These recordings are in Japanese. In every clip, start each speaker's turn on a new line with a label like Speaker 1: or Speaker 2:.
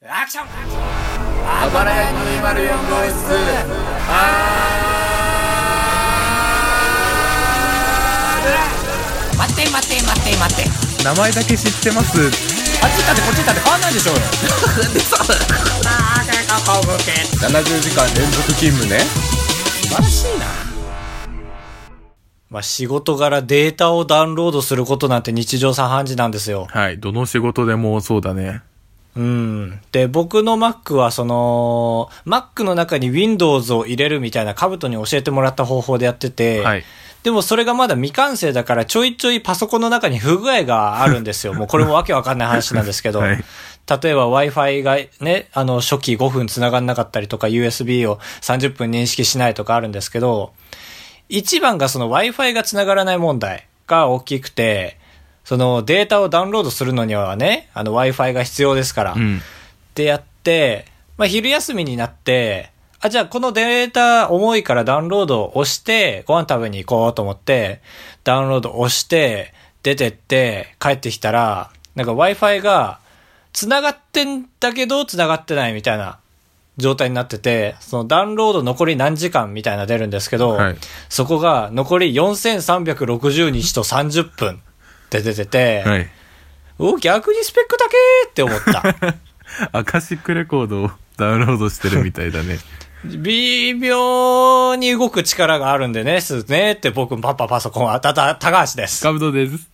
Speaker 1: アクション
Speaker 2: あばらや204号室
Speaker 1: 待って待って待って待って
Speaker 3: 名前だけ知ってます
Speaker 1: あっち行ったってこっち行ったって変わんないで しょうよ
Speaker 3: 70時間連続勤務ね
Speaker 1: 素晴らしいなまあ仕事柄データをダウンロードすることなんて日常茶飯事なんですよ
Speaker 3: はいどの仕事でもそうだね
Speaker 1: うん。で、僕の Mac は、その、Mac の中に Windows を入れるみたいな、カブトに教えてもらった方法でやってて、
Speaker 3: はい
Speaker 1: でもそれがまだ未完成だから、ちょいちょいパソコンの中に不具合があるんで すよ。もうこれもわけわかんない話なんですけど、
Speaker 3: はい
Speaker 1: 例えば Wi-Fi がね、あの、初期5分繋がんなかったりとか、USB を30分認識しないとかあるんですけど、一番がその Wi-Fi が繋がらない問題が大きくて、そのデータをダウンロードするのにはね、あの Wi-Fi が必要ですから、
Speaker 3: うん
Speaker 1: ってやって、まあ、昼休みになって、あ、じゃあこのデータ重いからダウンロードを押して、ご飯食べに行こうと思って、ダウンロード押して、出てって、帰ってきたら、なんか Wi-Fi が、繋がってんだけど、繋がってないみたいな状態になってて、そのダウンロード残り何時間みたいな出るんですけど、
Speaker 3: はい
Speaker 1: そこが残り4360日と30分って出てて、
Speaker 3: はい
Speaker 1: お、逆にスペックだけって思った。
Speaker 3: アカシックレコードをダウンロードしてるみたいだ ね
Speaker 1: 微妙に動く力があるんでね、すねって僕、パパパソコンは、たた、高橋です。
Speaker 3: カブトです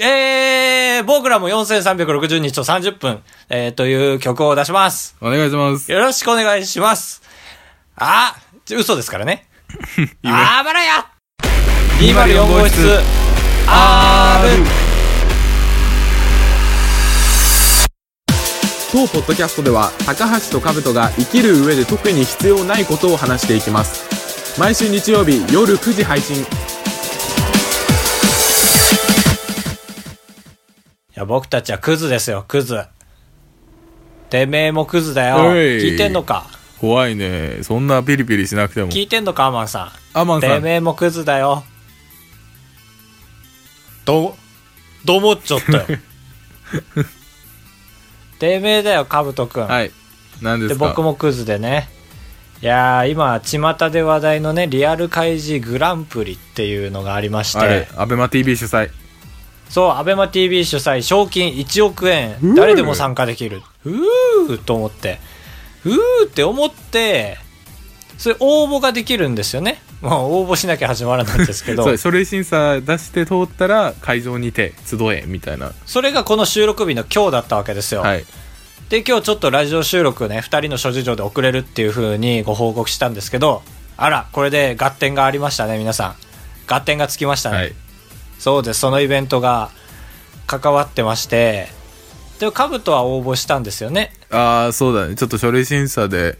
Speaker 1: えー、僕らも4360日と30分、えー、という曲を出します。
Speaker 3: お願いします
Speaker 1: よろしくお願いします。あ、ちょ嘘ですからね。あばらや !204 号室、R!
Speaker 2: 当ポッドキャストでは高橋と兜が生きる上で特に必要ないことを話していきます毎週日曜日夜9時配信
Speaker 1: いや、僕たちはクズですよ、クズ。てめえもクズだよ。
Speaker 3: おい
Speaker 1: 聞いてんのか
Speaker 3: 怖いねそんなピリピリしなくても
Speaker 1: 聞いてんのか、アマンさん。
Speaker 3: アマンさ
Speaker 1: て
Speaker 3: ん
Speaker 1: めえもクズだよ。ど、どう思っちゃったよ。 てめえだよ、かぶとくん。
Speaker 3: はい何で
Speaker 1: で、
Speaker 3: すか
Speaker 1: 僕もクズでね。いやー、今、巷で話題のね、リアル開示グランプリっていうのがありまし
Speaker 3: あれ
Speaker 1: て、
Speaker 3: アベマ t v 主催
Speaker 1: そう、アベマ t v 主催、賞金1億円
Speaker 3: う、ー
Speaker 1: 誰でも参加できる。うーと思って、うーって思って、それ応募ができるんですよね。まあ、応募しなきゃ始まらないんです けど。
Speaker 3: そう書類審査出して通ったら会場にて集えみたいな
Speaker 1: それがこの収録日の今日だったわけですよ。
Speaker 3: はい
Speaker 1: で、今日ちょっとラジオ収録ね、二人の諸事情で遅れるっていう風にご報告したんですけど、あら、これで合点がありましたね、皆さん。合点がつきましたね。
Speaker 3: はい
Speaker 1: そうです、そのイベントが関わってまして、で、カブとは応募したんですよね。
Speaker 3: ああそうだねちょっと書類審査で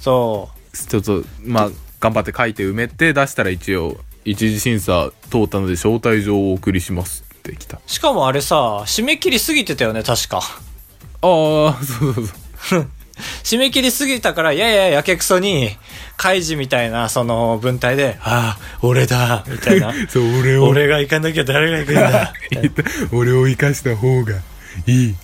Speaker 1: そ
Speaker 3: ちょっとまあ頑張って書いて埋めて出したら一応一次審査通ったので招待状をお送りしますってきたあ
Speaker 1: う。しかもあれさ、締め切り過ぎてたよね、確か。
Speaker 3: あそうそうそう
Speaker 1: 締め切り過ぎたから、やややけくそに、カイジみたいな、その文体で、ああ、俺だ、みたいな。
Speaker 3: そう俺を
Speaker 1: 俺が行かなきゃ誰が行くんだ。
Speaker 3: 俺を生かした方がい い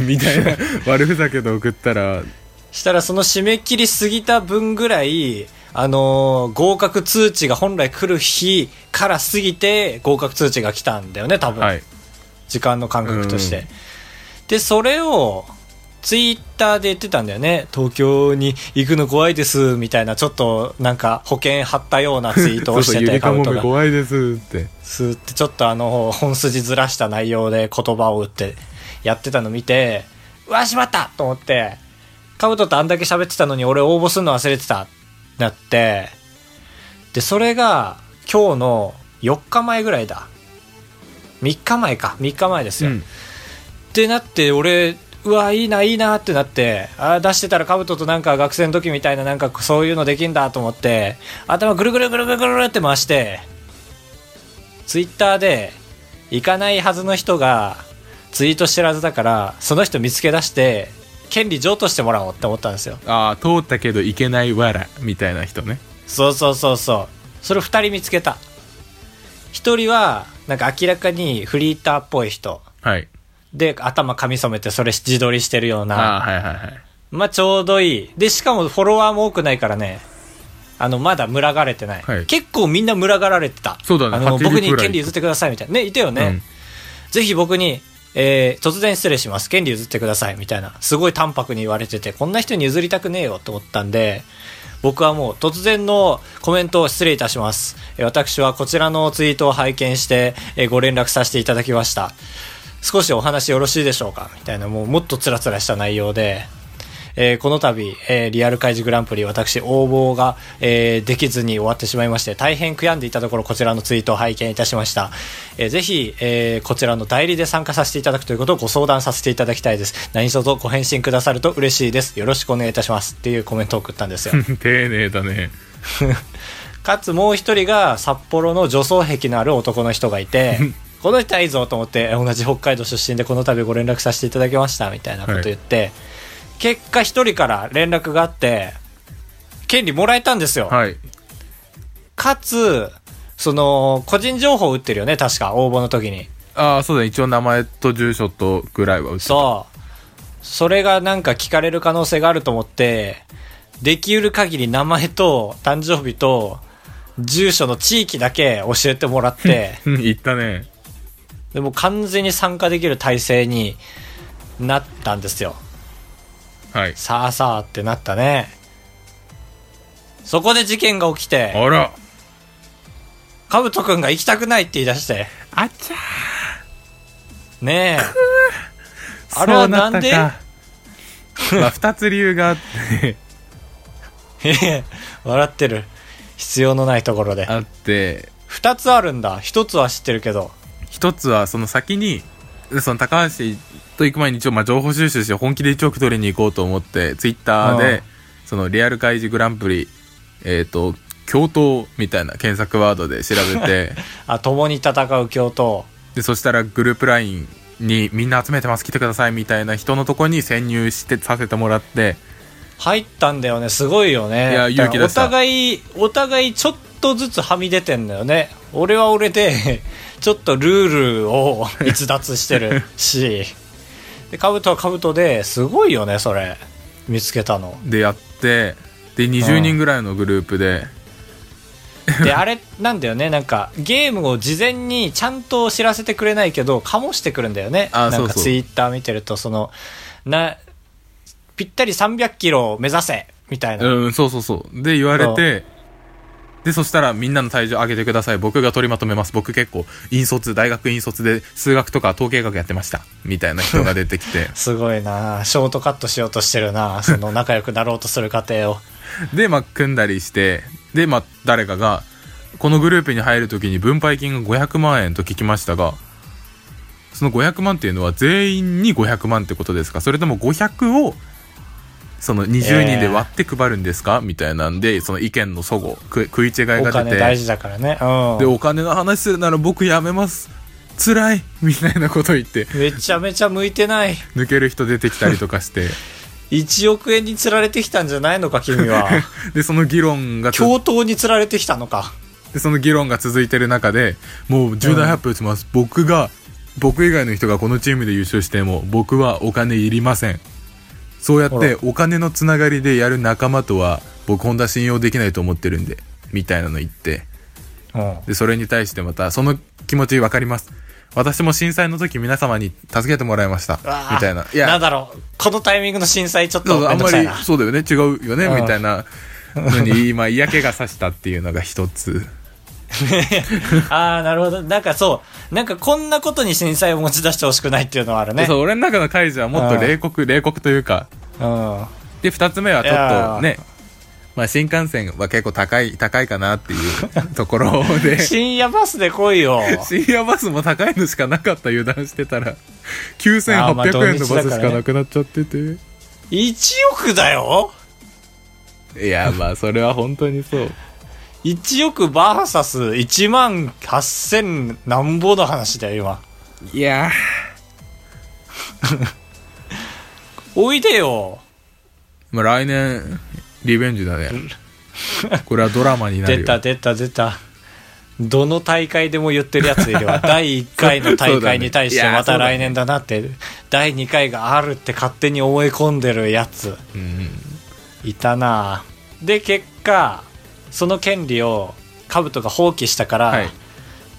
Speaker 3: みたい な悪ふざけで送ったら
Speaker 1: したらその締め切り過ぎた分ぐらい、あのー合格通知が本来来る日から過ぎて合格通知が来たんだよね、多分。
Speaker 3: はい
Speaker 1: 時間の感覚とし
Speaker 3: う
Speaker 1: て。で、それを、ツイッターで言ってたんだよね。東京に行くの怖いです、みたいな、ちょっとなんか保険貼ったようなツイート
Speaker 3: そ
Speaker 1: を
Speaker 3: う
Speaker 1: し
Speaker 3: そう
Speaker 1: て
Speaker 3: ゆ
Speaker 1: て、
Speaker 3: りかも
Speaker 1: カブ
Speaker 3: め
Speaker 1: トが。
Speaker 3: 怖いですって
Speaker 1: スーってちょっとあの、本筋ずらした内容で言葉を打ってやってたの見て、うわ、しまったと思って、カブトとあんだけ喋ってたのに俺応募するの忘れてたってなって、で、それが今日の4日前ぐらいだ。3日前か。3日前ですよ。ってなって俺うわいいないいなってなってあー出してたら兜となんか学生の時みたいななんかそういうのできんだと思って頭ぐるぐるぐるぐるぐるって回してツイッターで行かないはずの人がツイートしてるはずだからその人見つけ出して権利譲渡してもらおうって思ったんですよ
Speaker 3: ああ通ったけどいけないわらみたいな人ね
Speaker 1: そうそうそうそうそれ2人見つけた1人はなんか明らかにフリーターっぽい人
Speaker 3: はい
Speaker 1: で、頭髪染めてそれ自撮りしてるよう
Speaker 3: あ
Speaker 1: な。
Speaker 3: あ、はいはいはい。
Speaker 1: まあちょうどいい。で、しかもフォロワーも多くないからね。あの、まだ群がれてない。
Speaker 3: はい
Speaker 1: 結構みんな群がられてた。
Speaker 3: そうだね
Speaker 1: あの、
Speaker 3: 80
Speaker 1: 僕に
Speaker 3: くらい
Speaker 1: 権利譲ってくださいみたいな。ね、いたよね。
Speaker 3: うん
Speaker 1: ぜひ僕に、えー突然失礼します。権利譲ってくださいみたいな。すごい淡白に言われてて、こんな人に譲りたくねえよと思ったんで、僕はもう突然のコメントを失礼いたします。えー私はこちらのツイートを拝見して、えーご連絡させていただきました。少しお話よろしいでしょうかみたいな、もうもっとつらつらした内容で、えーこの度、えーリアル開示グランプリ、私、応募が、えーできずに終わってしまいまして、大変悔やんでいたところ、こちらのツイートを拝見いたしました。えーぜひ、えーこちらの代理で参加させていただくということをご相談させていただきたいです。何卒ご返信くださると嬉しいです。よろしくお願いいたします。っていうコメントを送ったんですよ。
Speaker 3: 丁寧だね。
Speaker 1: かつもう一人が札幌の女装壁のある男の人がい てこの人はいいぞと思ってえ同じ北海道出身でこの度ご連絡させていただきましたみたいなこと言って、結果一人から連絡があって権利もらえたんですよ、
Speaker 3: はい。
Speaker 1: かつその個人情報を売ってるよね確か応募の時に
Speaker 3: ああ、そうだね。一応名前と住所とぐらいは打つ。
Speaker 1: そうそれがなんか聞かれる可能性があると思ってできうる限り名前と誕生日と住所の地域だけ教えてもらって
Speaker 3: うん 言ったね。
Speaker 1: でもう完全に参加できる体制になったんですよ。
Speaker 3: はい。
Speaker 1: さあさあってなったね。そこで事件が起きて、
Speaker 3: あら。
Speaker 1: かぶとくんが行きたくないって言い出して、
Speaker 3: あちゃ
Speaker 1: ねえ。あれはなんで
Speaker 3: そうったか まあ、二つ理由があって
Speaker 1: 笑ってる。必要のないところで。
Speaker 3: あって、
Speaker 1: 二つあるんだ。一つは知ってるけど。
Speaker 3: 一つはその先に、その高橋と行く前に一応まあ情報収集して本気で1億取りに行こうと思って、ツイッター
Speaker 1: うん
Speaker 3: で、そのリアル開示グランプリ、えっ、と、共闘みたいな検索ワードで調べ て、
Speaker 1: あ、共に戦う共闘。
Speaker 3: で、そしたらグループラインにみんな集めてます、来てくださいみたいな人のとこに潜入してさせてもらって、
Speaker 1: 入ったんだよね。すごいよね。
Speaker 3: いや勇気出した
Speaker 1: お互い、お互いちょっとずつはみ出てんだよね。俺は俺で、 ちょっとルー ルを逸脱してるし。で、カブトはカブトですごいよね、それ。見つけたの。
Speaker 3: でやって、で、20人ぐらいのグループで、
Speaker 1: で、あれなんだよね。なんか、ゲームを事前にちゃんと知らせてくれないけど、かもしてくるんだよね。
Speaker 3: あ
Speaker 1: なん
Speaker 3: そう
Speaker 1: か
Speaker 3: そう
Speaker 1: ツイッター見てると、その、な、ぴったり300キロを目指せみたいな。。
Speaker 3: うん、そうそうそう。で、言われて、で、そしたら、みんなの体重上げてください。僕が取りまとめます。僕結構、引率、大学引率で、数学とか統計学やってました。みたいな人が出てき て
Speaker 1: すごいなあショートカットしようとしてるなあその仲良くなろうとする過程を。
Speaker 3: で、まあ、組んだりして、で、まあ、誰かが、このグループに入るときに分配金が500万円と聞きましたが、その500万っていうのは全員に500万ってことですかそれとも500を、その20人で割って配るんですか、みたいなんで、その意見の齟齬、く食い違いが
Speaker 1: お
Speaker 3: 出て。
Speaker 1: 金大事だからね。
Speaker 3: で
Speaker 1: う
Speaker 3: お金の話するなら僕やめます辛いみたいなこと言って
Speaker 1: ん。めちゃめちゃ向いてない。
Speaker 3: 抜ける人出てきたりとかして
Speaker 1: 1億円に釣られてきたんじゃないのか、君は。
Speaker 3: でその議論がつ
Speaker 1: 共闘に釣られてきたのか。
Speaker 3: でその議論が続いてる中でもう重大発表します、僕が僕以外の人がこのチームで優勝しても僕はお金いりませんそうやっ
Speaker 1: ほら
Speaker 3: てお金のつながりでやる仲間とは僕本田信用できないと思ってるんでみたいなの言って
Speaker 1: うん。
Speaker 3: で、それに対してまた、その気持ちわかります。私も震災の時皆様に助けてもらいました。
Speaker 1: わあ
Speaker 3: みたいな。い
Speaker 1: なん
Speaker 3: や、
Speaker 1: だろう。このタイミングの震災ちょっ
Speaker 3: そう
Speaker 1: と
Speaker 3: あ
Speaker 1: め
Speaker 3: ん
Speaker 1: んど
Speaker 3: ま
Speaker 1: くさい
Speaker 3: り
Speaker 1: な。、
Speaker 3: そうだよね、違うよね、
Speaker 1: うん
Speaker 3: みたいなのに、今、嫌気がさしたっていうのが一つ。
Speaker 1: ああ、なるほど。なんかそう。なんかこんなことに震災を持ち出してほしくないっていうのはあるね。
Speaker 3: そうう、俺の中の解除はもっと冷酷、冷酷というか。
Speaker 1: ん。
Speaker 3: で、二つ目はちょっとね、まあ、新幹線は結構高い、高いかなっていう ところで、
Speaker 1: 深夜バスで来い よ。
Speaker 3: 深夜バスも高いのしかなかった油断してたら、9800
Speaker 1: あーまあ土日だから
Speaker 3: 円
Speaker 1: ね
Speaker 3: のバスしかなくなっちゃってて。
Speaker 1: 1億だよ
Speaker 3: いや、まあ、それは本当にそう。
Speaker 1: 1億バーサス1万8000なんぼの話だよ今
Speaker 3: いや
Speaker 1: おいでよ
Speaker 3: まあ、来 年、リベンジだね。これはドラマになる
Speaker 1: 出
Speaker 3: よ。
Speaker 1: た出た出たどの大会でも言ってるやつよ りは第1回の大会に対して
Speaker 3: そうだね
Speaker 1: また
Speaker 3: いや
Speaker 1: 来年だなって、第2回があるって勝手に思い込んでるやつ
Speaker 3: うん
Speaker 1: いたなぁで結果その権利をカブトが放棄したから、
Speaker 3: はい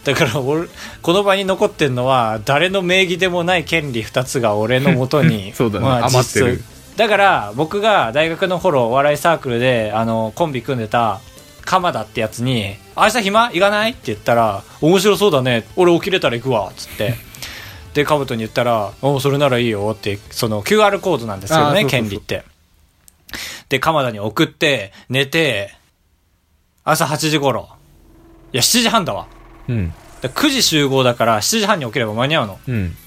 Speaker 1: だから俺この場に残ってんのは誰の名義でもない権利2つが俺のもとに
Speaker 3: そうだね
Speaker 1: まあ
Speaker 3: 余ってる
Speaker 1: 実質だから僕が大学の頃お笑いサークルであのコンビ組んでた鎌田ってやつに「明日暇行かない?」って言ったら「面白そうだね俺起きれたら行くわ」っつってでカブトに言ったら「おうそれならいいよ」ってその QR コードなんですよ
Speaker 3: あーそう
Speaker 1: ね
Speaker 3: そうそう
Speaker 1: 権利ってで鎌田に送って寝て朝8時頃いや7時半だわ
Speaker 3: うん
Speaker 1: だ9時集合だから7時半に起きれば間に合うの
Speaker 3: うん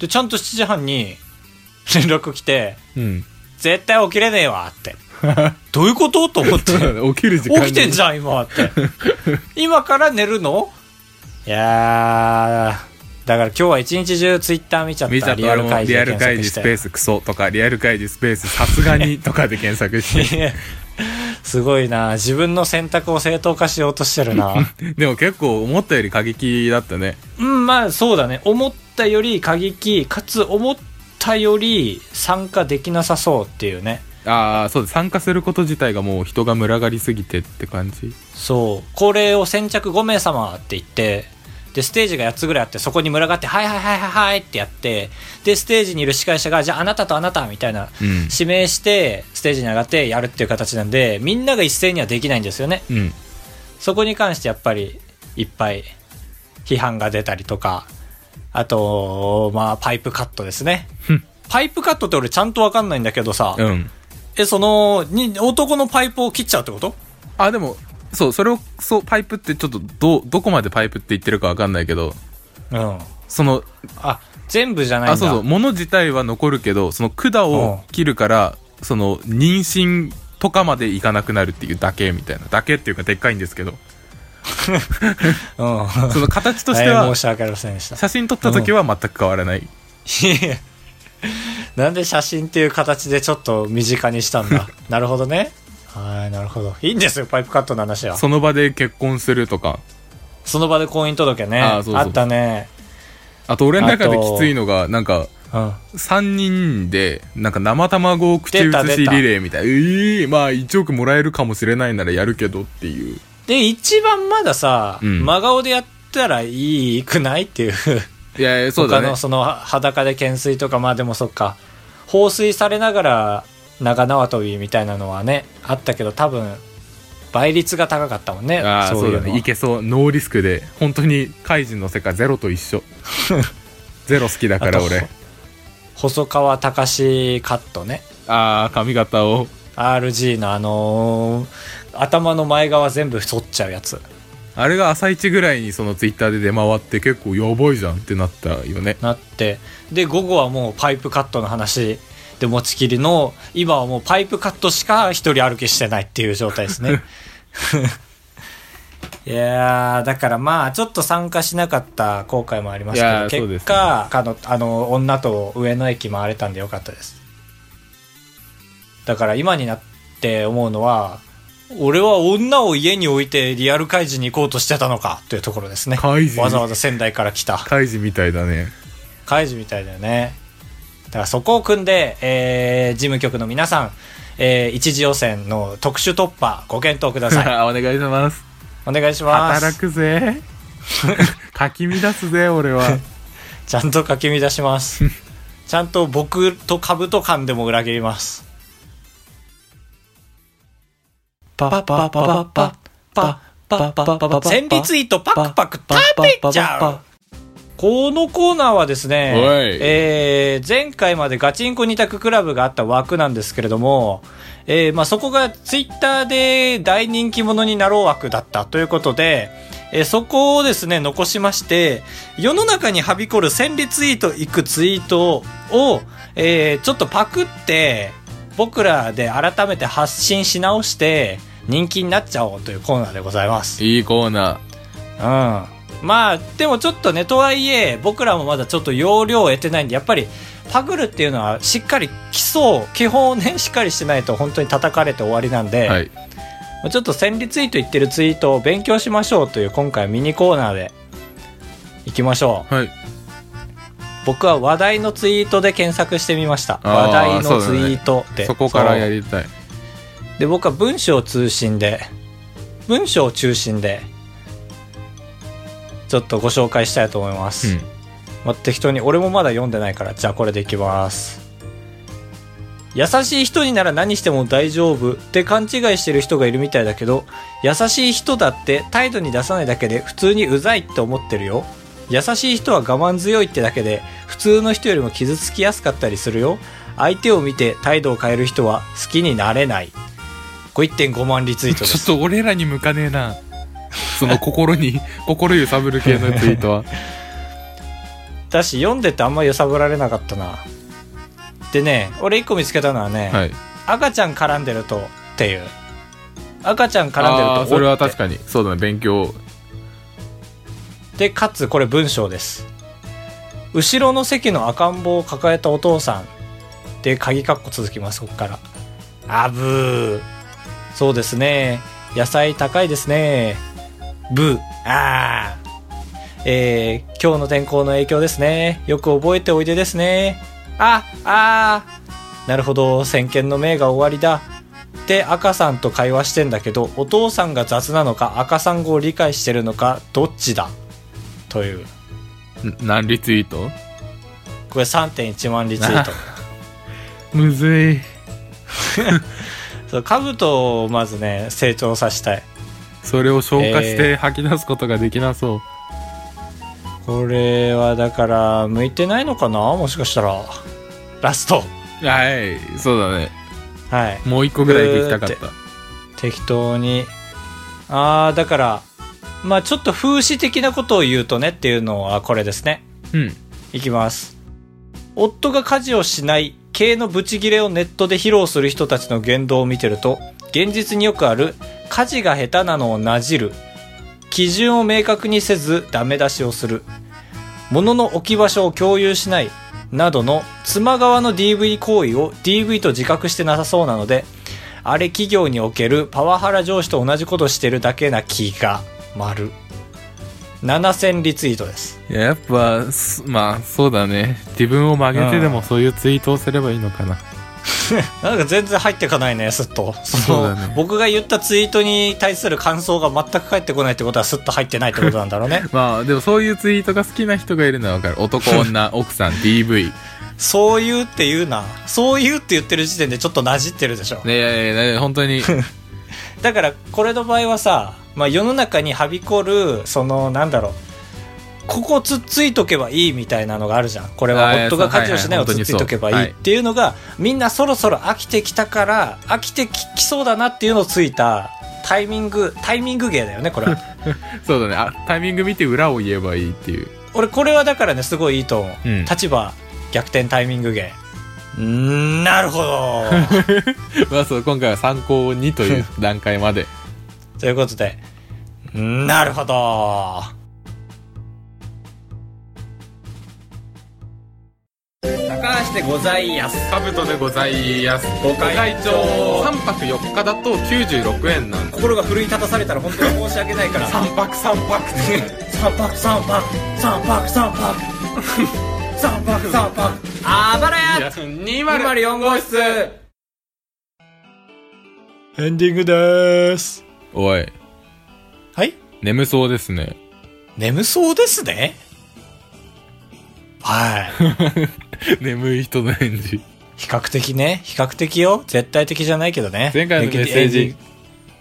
Speaker 1: でちゃんと7時半に連絡来て
Speaker 3: うん
Speaker 1: 「絶対起きれねえわ」って どういうことと思って
Speaker 3: そうだね起きる時間
Speaker 1: 起きてんじゃん今って今から寝るのいやーだから今日は一日中ツイッター見ちゃった
Speaker 3: 見ちゃった
Speaker 1: リア
Speaker 3: 俺
Speaker 1: ル
Speaker 3: も
Speaker 1: 会議
Speaker 3: リ
Speaker 1: で
Speaker 3: アル会
Speaker 1: 検
Speaker 3: 議
Speaker 1: 索し
Speaker 3: スペー
Speaker 1: て
Speaker 3: スクソとかリアル会議スペースさすがにとかで検索 して
Speaker 1: すごいな自分の選択を正当化しようとしてるな
Speaker 3: でも結構思ったより過激だったね
Speaker 1: うんまあそうだね思ったより過激かつ思ったより参加できなさそうっていうね
Speaker 3: ああそうだ参加すること自体がもう人が群がりすぎてって感じ
Speaker 1: そうこれを先着5名様って言ってでステージが8つぐらいあってそこに群がって「はいはいはいはいはい」ってやってでステージにいる司会者が「じゃああなたとあなた」みたいな
Speaker 3: うん
Speaker 1: 指名してステージに上がってやるっていう形なんでみんなが一斉にはできないんですよね
Speaker 3: うん
Speaker 1: そこに関してやっぱりいっぱい批判が出たりとかあとまあパイプカットですね
Speaker 3: うん
Speaker 1: パイプカットって俺ちゃんとわかんないんだけどさ、
Speaker 3: うん
Speaker 1: えそのに男のパイプを切っちゃうってこと
Speaker 3: あでもそうそれをそうパイプってちょっとどどこまでパイプって言ってるかわかんないけど
Speaker 1: うん
Speaker 3: その
Speaker 1: あ全部じゃないんだ
Speaker 3: あそうそう物自体は残るけどその管を切るからその妊娠とかまでいかなくなるっていうだけみたいなだけっていうかでっかいんですけど
Speaker 1: うん。
Speaker 3: その形として
Speaker 1: 大
Speaker 3: は
Speaker 1: 変申し訳ありませんでした。
Speaker 3: 写真撮った時は全く変わらない
Speaker 1: いやなんで写真っていう形でちょっと身近にしたん だ。なるほどね。はい、なるほど。いいんですよ、パイプカットの話は。そ
Speaker 3: その場で結婚するとか
Speaker 1: の場で婚姻届ね。
Speaker 3: あ
Speaker 1: あ
Speaker 3: ーそうそう
Speaker 1: ったね。
Speaker 3: あと俺の中できついのがなんか
Speaker 1: うん。
Speaker 3: 3人でなんか生卵を口移し
Speaker 1: 出た出た
Speaker 3: リレーみたいなええまあ1億もらえるかもしれないならやるけどっていう
Speaker 1: で、一番まださ、
Speaker 3: うん
Speaker 1: 真顔でやったらいいくないっていう。
Speaker 3: いやいやそうだ
Speaker 1: 他
Speaker 3: ね
Speaker 1: のその裸で懸垂とか、まあでもそっか。放水されながら長縄跳びみたいなのはね、あったけど、多分、倍率が高かったもんね。
Speaker 3: ああ
Speaker 1: そ
Speaker 3: そうう
Speaker 1: い
Speaker 3: だ
Speaker 1: うの
Speaker 3: ね。
Speaker 1: はい
Speaker 3: けそうノーリスクで本当にカイジンの世界ゼロと一緒 ゼロ好きだから
Speaker 1: あ
Speaker 3: 俺
Speaker 1: と細川隆史カットね
Speaker 3: ああ髪型を
Speaker 1: RG のあのー頭の前側全部剃っちゃうやつ
Speaker 3: あれが朝一ぐらいにそのツイッターで出回って結構やばいじゃんってなったよね
Speaker 1: なってで午後はもうパイプカットの話で持ちきりの今はもうパイプカットしか一人歩きしてないっていう状態で すねいやーだからまあちょっと参加しなかった後悔もあります
Speaker 3: いやー
Speaker 1: け
Speaker 3: そ
Speaker 1: ど
Speaker 3: うですね
Speaker 1: 結果、あのあの女と上野駅回れたんでよかったですだから今になって思うのは俺は女を家に置いてリアル開示に行こうとしてたのかというところですね
Speaker 3: カイジ
Speaker 1: わざわざ仙台から来た
Speaker 3: カイジみたいだね
Speaker 1: カイジみたいだよねだからそこを組んで、えー事務局の皆さん、えー一次予選の特殊突破ご検討く だ
Speaker 3: お
Speaker 1: さい
Speaker 3: 願いします
Speaker 1: お願いします
Speaker 3: 働く ぜかき乱すぜ俺は
Speaker 1: ちゃんとかき乱しますちゃんと僕と株と勘でも裏切ります
Speaker 4: パパパパパパパパパパ戦
Speaker 1: 戦備
Speaker 4: 慄
Speaker 1: ツイートパクパク食べちゃうこのコーナーはですね
Speaker 3: おい、
Speaker 1: えー前回までガチンコ二択クラブがあった枠なんですけれども、えーまあ、そこがツイッターで大人気者になろう枠だったということで、えーそこをですね、残しまして、世の中にはびこる千里ツイートいくツイートを、えーちょっとパクって、僕らで改めて発信し直して、人気になっちゃおうというコーナーでございま す。
Speaker 3: いいコーナ
Speaker 1: うん。まあ、でもちょっとね、とはいえ、僕らもまだちょっと容量を得てないんで、やっぱり、パグルっていうのはしっかり基礎、基本をね、しっかりしてないと本当に叩かれて終わりなんで、
Speaker 3: ーはい
Speaker 1: まあちょっと1000リツイート言ってるツイートを勉強しましょうという今回はミニコーナーでいきましょう。
Speaker 3: はい。
Speaker 1: 僕は話題のツイートで検索してみました。
Speaker 3: あー
Speaker 1: 話題のツイートで。
Speaker 3: そこからやりたい。
Speaker 1: そうで、僕は文章通信で、文章を中心で、ちょっとご紹介したいと思います。
Speaker 3: うん。
Speaker 1: まあ、適当に俺もまだ読んでないからじゃあこれでいきます優しい人になら何しても大丈夫って勘違いしてる人がいるみたいだけど優しい人だって態度に出さないだけで普通にうざいって思ってるよ優しい人は我慢強いってだけで普通の人よりも傷つきやすかったりするよ相手を見て態度を変える人は好きになれないこれ1.5万リツイートで
Speaker 3: ちょっ
Speaker 1: す
Speaker 3: と俺らに向かねえな。 その心 に、心揺さぶる系のツイート は。
Speaker 1: だし読んでてあんま揺さぶられなかったなでね俺1個見つけたのはね、
Speaker 3: はい。
Speaker 1: 赤ちゃん絡んでるとっていう赤ちゃん絡んでる
Speaker 3: あ
Speaker 1: と
Speaker 3: あー、それは確
Speaker 1: か
Speaker 3: かに。そうだね、勉強。
Speaker 1: でかつこれ文章です後ろの席の赤ん坊を抱えたお父さんで鍵括弧続きますここからあぶーそうですね野菜高いですねブーあーえー、今日の天候の影響ですねよく覚えておいでですねああーなるほど先見の明が終わりだで赤さんと会話してんだけどお父さんが雑なのか赤さん語を理解してるのかどっちだというん
Speaker 3: 何リツイート
Speaker 1: これ3.1万リツイート
Speaker 3: むずい。
Speaker 1: そう兜をまずね成長させたい
Speaker 3: それを消化して吐き出すことができなそう。
Speaker 1: これはだから向いてないのかなもしかしたらラスト
Speaker 3: はい、そうだね。
Speaker 1: はい
Speaker 3: もう一個ぐらいできたかっ
Speaker 1: ぐ適当にああだからまあちょっと風刺的なことを言うとねっていうのはこれですね
Speaker 3: た。うん。
Speaker 1: いきます。夫が家事をしない系のブチギレをネットで披露する人たちの言動を見てると、現実によくある家事が下手なのをなじる。基準を明確にせずダメ出しをする。物の置き場所を共有しない。などの妻側の DV 行為を DV と自覚してなさそうなので、あれ企業におけるパワハラ上司と同じことしてるだけな気が、丸。7000リツイートです。
Speaker 3: いややっぱ、すまあ、そうだね。自分を曲げてでもそういうツイートをすればいいのかな。
Speaker 1: なんか全然入ってかないね、すっと。そ
Speaker 3: そう
Speaker 1: の
Speaker 3: だね
Speaker 1: 僕が言ったツイートに対する感想が全く返ってこないってことは、すっと入ってないってことなん だろうね。
Speaker 3: まあ、でもそういうツイートが好きな人がいるのはわかる。男、 女、奥さん、DV。
Speaker 1: そう言うって言うな。そう言うって言ってる時点でちょっとなじってるでしょ。
Speaker 3: ねえ、ねえ、本当 に。
Speaker 1: だから、これの場合はさ、まあ、世の中にはびこる、その、なんだろう。ここつっついとけばいいみたいなのがあるじゃん。これ
Speaker 3: あ
Speaker 1: は
Speaker 3: ー
Speaker 1: 夫が
Speaker 3: そう
Speaker 1: 家事をしない
Speaker 3: は
Speaker 1: を
Speaker 3: いはい
Speaker 1: つっついとけばい
Speaker 3: 本当にそうはいい
Speaker 1: っていうのが、みんなそろそろ飽きてきたから、飽きてききそうだなっていうのをついたタイミング、タイミング芸だよね、これは。
Speaker 3: そうだねあ。タイミング見て裏を言えばいいっていう。
Speaker 1: 俺これはだからねすごいいいと思う、
Speaker 3: うん
Speaker 1: 立場逆転タイミング芸うーんなるほど
Speaker 3: まあそう、今回は参考にという段階まで。
Speaker 1: ということでうーんなるほど高橋でございやす
Speaker 3: カブトでございやす。ご
Speaker 1: 会長
Speaker 3: 3泊4日だと96円なんで
Speaker 1: 心が奮い立たされたら本当に申し訳ないから三泊三泊三泊三泊三泊三泊 三泊三泊あばらや
Speaker 3: す。204号室
Speaker 1: エンディングです
Speaker 3: おい、
Speaker 1: はい
Speaker 3: 眠そうですね。
Speaker 1: 眠そうですね はい。
Speaker 3: 眠い人の返事。
Speaker 1: 比較的ね。比較的よ。絶対的じゃないけどね。
Speaker 3: 前回のメッセージ。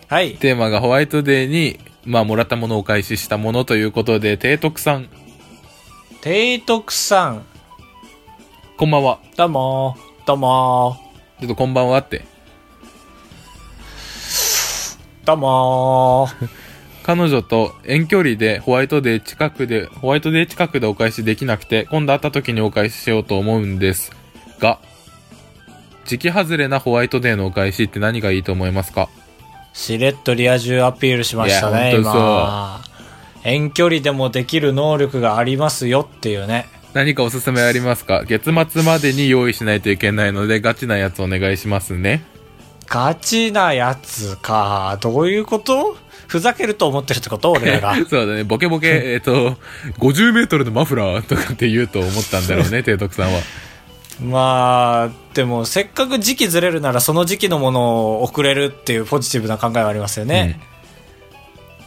Speaker 1: はい。
Speaker 3: テーマがホワイトデーに、まあ、もらったものをお返ししたものということで、提督さん、
Speaker 1: 提督さん。
Speaker 3: こんばんは。
Speaker 1: どうもー。どうも
Speaker 3: ちょっとこんばんはって。
Speaker 1: ー。どうもー。
Speaker 3: 彼女と遠距離でホワイトデー近くで、ホワイトデー近くでお返しできなくて、今度会った時にお返ししようと思うんですが、時期外れなホワイトデーのお返しって何がいいと思いますか
Speaker 1: しれっとリア充アピールしました
Speaker 3: い
Speaker 1: ね、
Speaker 3: や
Speaker 1: 今。遠距離でもできる能力がありますよっていうね。
Speaker 3: 何かおすすめありますか月末までに用意しないといけないので、ガチなやつお願いしますね。
Speaker 1: ガチなやつか。どういうことふざけると思ってるってこと俺ら が。
Speaker 3: そうだね、ボケボケ、えっと、50メートルのマフラーとかって言うと思ったんだ ろうね、提督さんは。
Speaker 1: まあ、でも、せっかく時期ずれるなら、その時期のものを送れるっていうポジティブな考えはありますよね。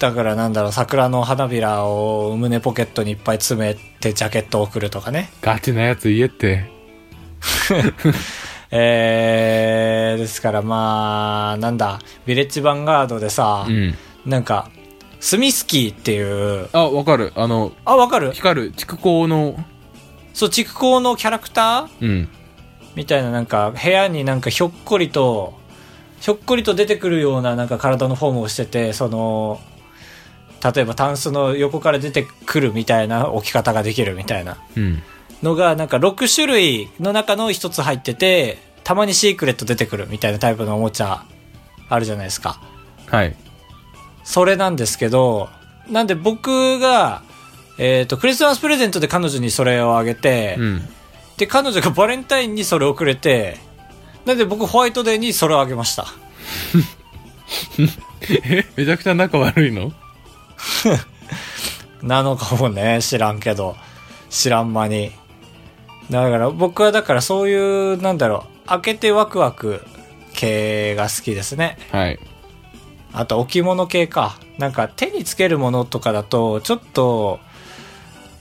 Speaker 1: だから、なんだろう、桜の花びらを胸ポケットにいっぱい詰めて、ジャケットを送るとかね。
Speaker 3: ガチなやつ言えって。
Speaker 1: えー、ですから、まあ、なんだ、ヴィレッジヴァンガードでさ、
Speaker 3: うん。
Speaker 1: なんか、スミスキーっていう、
Speaker 3: あ、わかる。あの、
Speaker 1: あ、わかる
Speaker 3: 光る、筑光の、
Speaker 1: そう、筑光のキャラクター
Speaker 3: うん。
Speaker 1: みたいななんか部屋になんかひょっこりとひょっこりと出てくるようななんか体のフォームをしててその例えばタンスの横から出てくるみたいな置き方ができるみたいな
Speaker 3: うん。
Speaker 1: のがなんか6種類の中の1つ入っててたまにシークレット出てくるみたいなタイプのおもちゃあるじゃないですか
Speaker 3: はい。
Speaker 1: それなんですけどなんで僕がえっ、とクリスマスプレゼントで彼女にそれをあげて、
Speaker 3: うん。
Speaker 1: で、彼女がバレンタインにそれをくれて、なんで僕ホワイトデーにそれをあげました。
Speaker 3: え、 めちゃくちゃ仲悪いの
Speaker 1: なのかもね、知らんけど。知らん間に。だから僕はだからそういう、なんだろう、開けてワクワク系が好きですね。
Speaker 3: はい。
Speaker 1: あと置物系か。なんか手につけるものとかだと、ちょっと、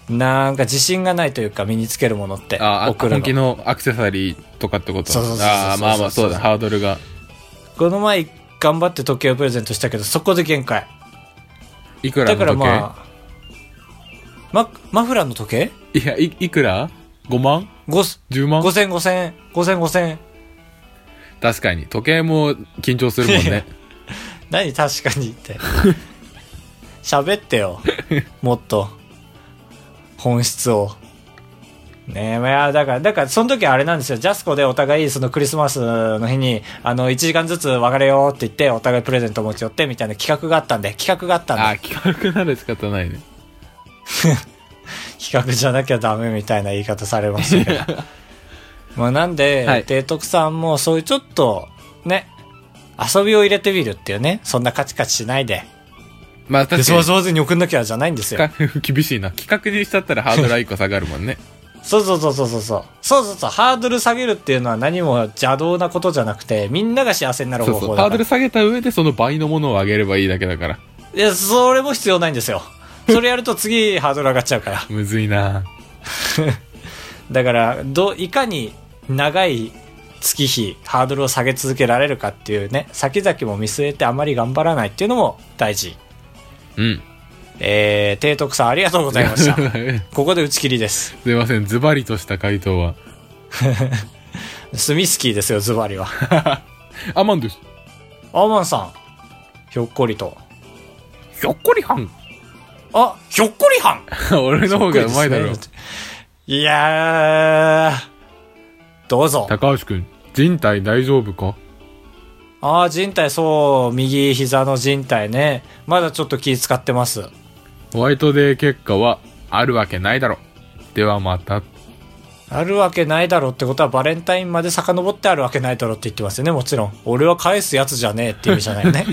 Speaker 1: なんか自信がないというか身につけるものって。
Speaker 3: あ、あ
Speaker 1: 送る
Speaker 3: 本
Speaker 1: の
Speaker 3: 気のアクセサリーとかってこと
Speaker 1: そうそうそうそう
Speaker 3: あーまあまあ、そうだ、ハードルが。
Speaker 1: この前頑張って時計をプレゼントしたけど、そこで限界。
Speaker 3: いくら
Speaker 1: だ
Speaker 3: の
Speaker 1: から
Speaker 3: 時計、
Speaker 1: まあ、ママフラーの時計
Speaker 3: いや、いいくら ?5 万
Speaker 1: ?5000、
Speaker 3: ?10 万
Speaker 1: 5000、5000、5000。
Speaker 3: 確かに。時計も緊張する もんね。
Speaker 1: 何確か にって。喋ってよ。もっと。本質を。ねえ、まあいや、だから、だから、その時はあれなんですよ。ジャスコでお互い、そのクリスマスの日に、あの、1時間ずつ別れようって言って、お互いプレゼント持ち寄って、みたいな企画があったんで、企画があったんで。
Speaker 3: あ、企画なら仕方ないね。
Speaker 1: 企画じゃなきゃダメみたいな言い方され ましたけどまあなんで、
Speaker 3: はい
Speaker 1: 提督さんもそういうちょっとね遊びを入れてみるっていうねそんなカチカチしないで
Speaker 3: まあ、確
Speaker 1: で
Speaker 3: か
Speaker 1: そ
Speaker 3: に
Speaker 1: わ。そわずに送んなきゃじゃないんですよ
Speaker 3: 企画 厳しいな。企画にしちゃったらハードルは一個下がるもん ね。
Speaker 1: そうそうそうそうそうそうそうそうそうハードル下げるっていうのは何も邪道なことじゃなくてみんなが幸せになる
Speaker 3: そ
Speaker 1: 方
Speaker 3: うそ
Speaker 1: 法
Speaker 3: う。ハ
Speaker 1: だ
Speaker 3: ード
Speaker 1: か
Speaker 3: ル下
Speaker 1: ら
Speaker 3: げた上でその倍のものを上げればいいだけだから。
Speaker 1: いやそれも必要ないんですよ それやると次ハードル上がっちゃうから
Speaker 3: むずいな
Speaker 1: だからどういかに長い月日ハードルを下げ続けられるかっていうね先々も見据えてあまり頑張らないっていうのも大事
Speaker 3: うん。
Speaker 1: えー、提督さんありがとうございました
Speaker 3: す
Speaker 1: ここで打ち切りです
Speaker 3: いません。ズバリとした回答は。
Speaker 1: スミスキーですよズバリは
Speaker 3: アマンドゥス。
Speaker 1: アーマンさんひょっこりと
Speaker 3: ひょっこりはん。
Speaker 1: あひょっこりはん
Speaker 3: 俺の方がうまいだろ。
Speaker 1: いやーどうぞ
Speaker 3: 高橋くん、人体大丈夫か
Speaker 1: ああ人体そう右膝の人体ねまだちょっと気使ってます
Speaker 3: ホワイトデー結果はあるわけないだろ。ではまた。
Speaker 1: あるわけないだろってことはバレンタインまで遡ってあるわけないだろって言ってますよね、もちろん。俺は返すやつじゃねえって意味じゃない よね。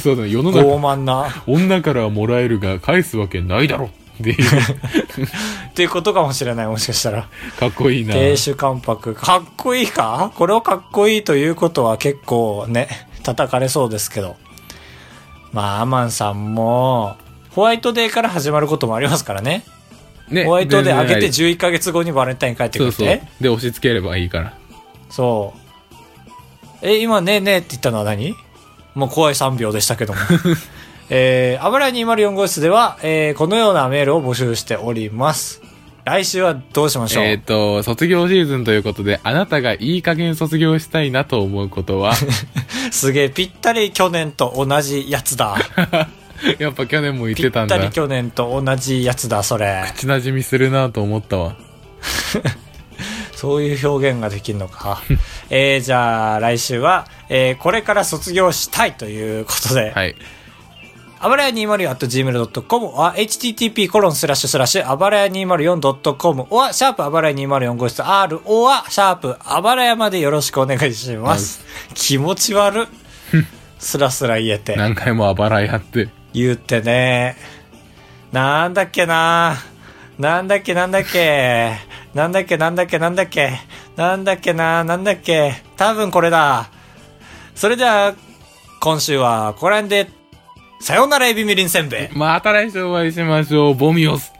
Speaker 3: そうだね、世の
Speaker 1: 傲
Speaker 3: 中、
Speaker 1: 慢な、
Speaker 3: 女からはもらえるが返すわけないだろ。 っていう、
Speaker 1: っていうことかもしれない、もしかしたら。
Speaker 3: かっこいいな
Speaker 1: 亭主関白。かっこいいかこれをかっこいいということは結構ね、 叩かれそうですけど。まあ、アマンさんも、ホワイトデーから始まることもありますからね。
Speaker 3: ね
Speaker 1: ホワイトデー上げて
Speaker 3: 全然
Speaker 1: 11ヶ月後にバレンタイン帰ってく
Speaker 3: そう
Speaker 1: るって。
Speaker 3: そう。で、押し付ければいいから。
Speaker 1: そう。え、今ねえねえって言ったのは何もう怖い3秒でしたけ ども。えー、あばらや204号室では、えーこのようなメールを募集しております。来週はどうしましょう、
Speaker 3: えっ、と、卒業シーズンということで、あなたがいい加減卒業したいなと思うこと は、
Speaker 1: すげえ、ぴったり去年と同じ やつだ。
Speaker 3: やっぱ去年も言っ
Speaker 1: ぴ
Speaker 3: て
Speaker 1: った
Speaker 3: ん
Speaker 1: たり
Speaker 3: だ。
Speaker 1: 去年と同じやつだ、それ。
Speaker 3: 口なじみするなと思ったわ。
Speaker 1: そういう表現ができるの か。えー、じゃあ来週は、えーこれから卒業したいということで、
Speaker 3: はい。
Speaker 1: あばらや 204.gmail.com は http コロンスラッシュスラッシュあばらや 204.com はシャープあばらや204号室 r おはシャープあばらやまでよろしくお願いします。気持ち悪っ。 スラスラ言えて。
Speaker 3: 何回もあばらやって。
Speaker 1: 言ってね。なんだっけななんだっけなんだっけなんだっけなんだっけなんだっけなんだっけななんだっけ多分これだ。それでは、今週はここら辺で、さようならエビみりんせんべい。
Speaker 3: また来週お会いしましょう。ボミオス。